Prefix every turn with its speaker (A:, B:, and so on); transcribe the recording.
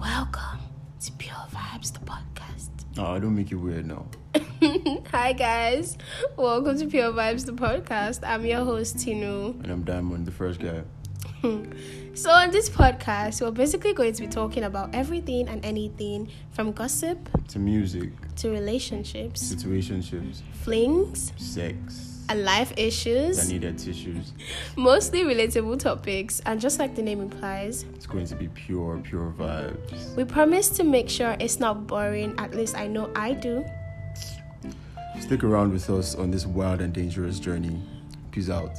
A: Welcome to Pure Vibes, the podcast.
B: Oh, don't make it weird now.
A: Hi, guys. Welcome to Pure Vibes, the podcast. I'm your host, Tinu.
B: And I'm Diamond, the first guy.
A: So, on this podcast, we're basically going to be talking about everything and anything from gossip
B: To music,
A: to relationships,
B: situationships,
A: flings,
B: sex,
A: and life
B: I
A: issues,
B: need that tissues.
A: mostly relatable topics. And just like the name implies,
B: It's going to be pure, pure vibes.
A: we promise to make sure it's not boring. At least I know I do.
B: Stick around with us on this wild and dangerous journey. Peace out.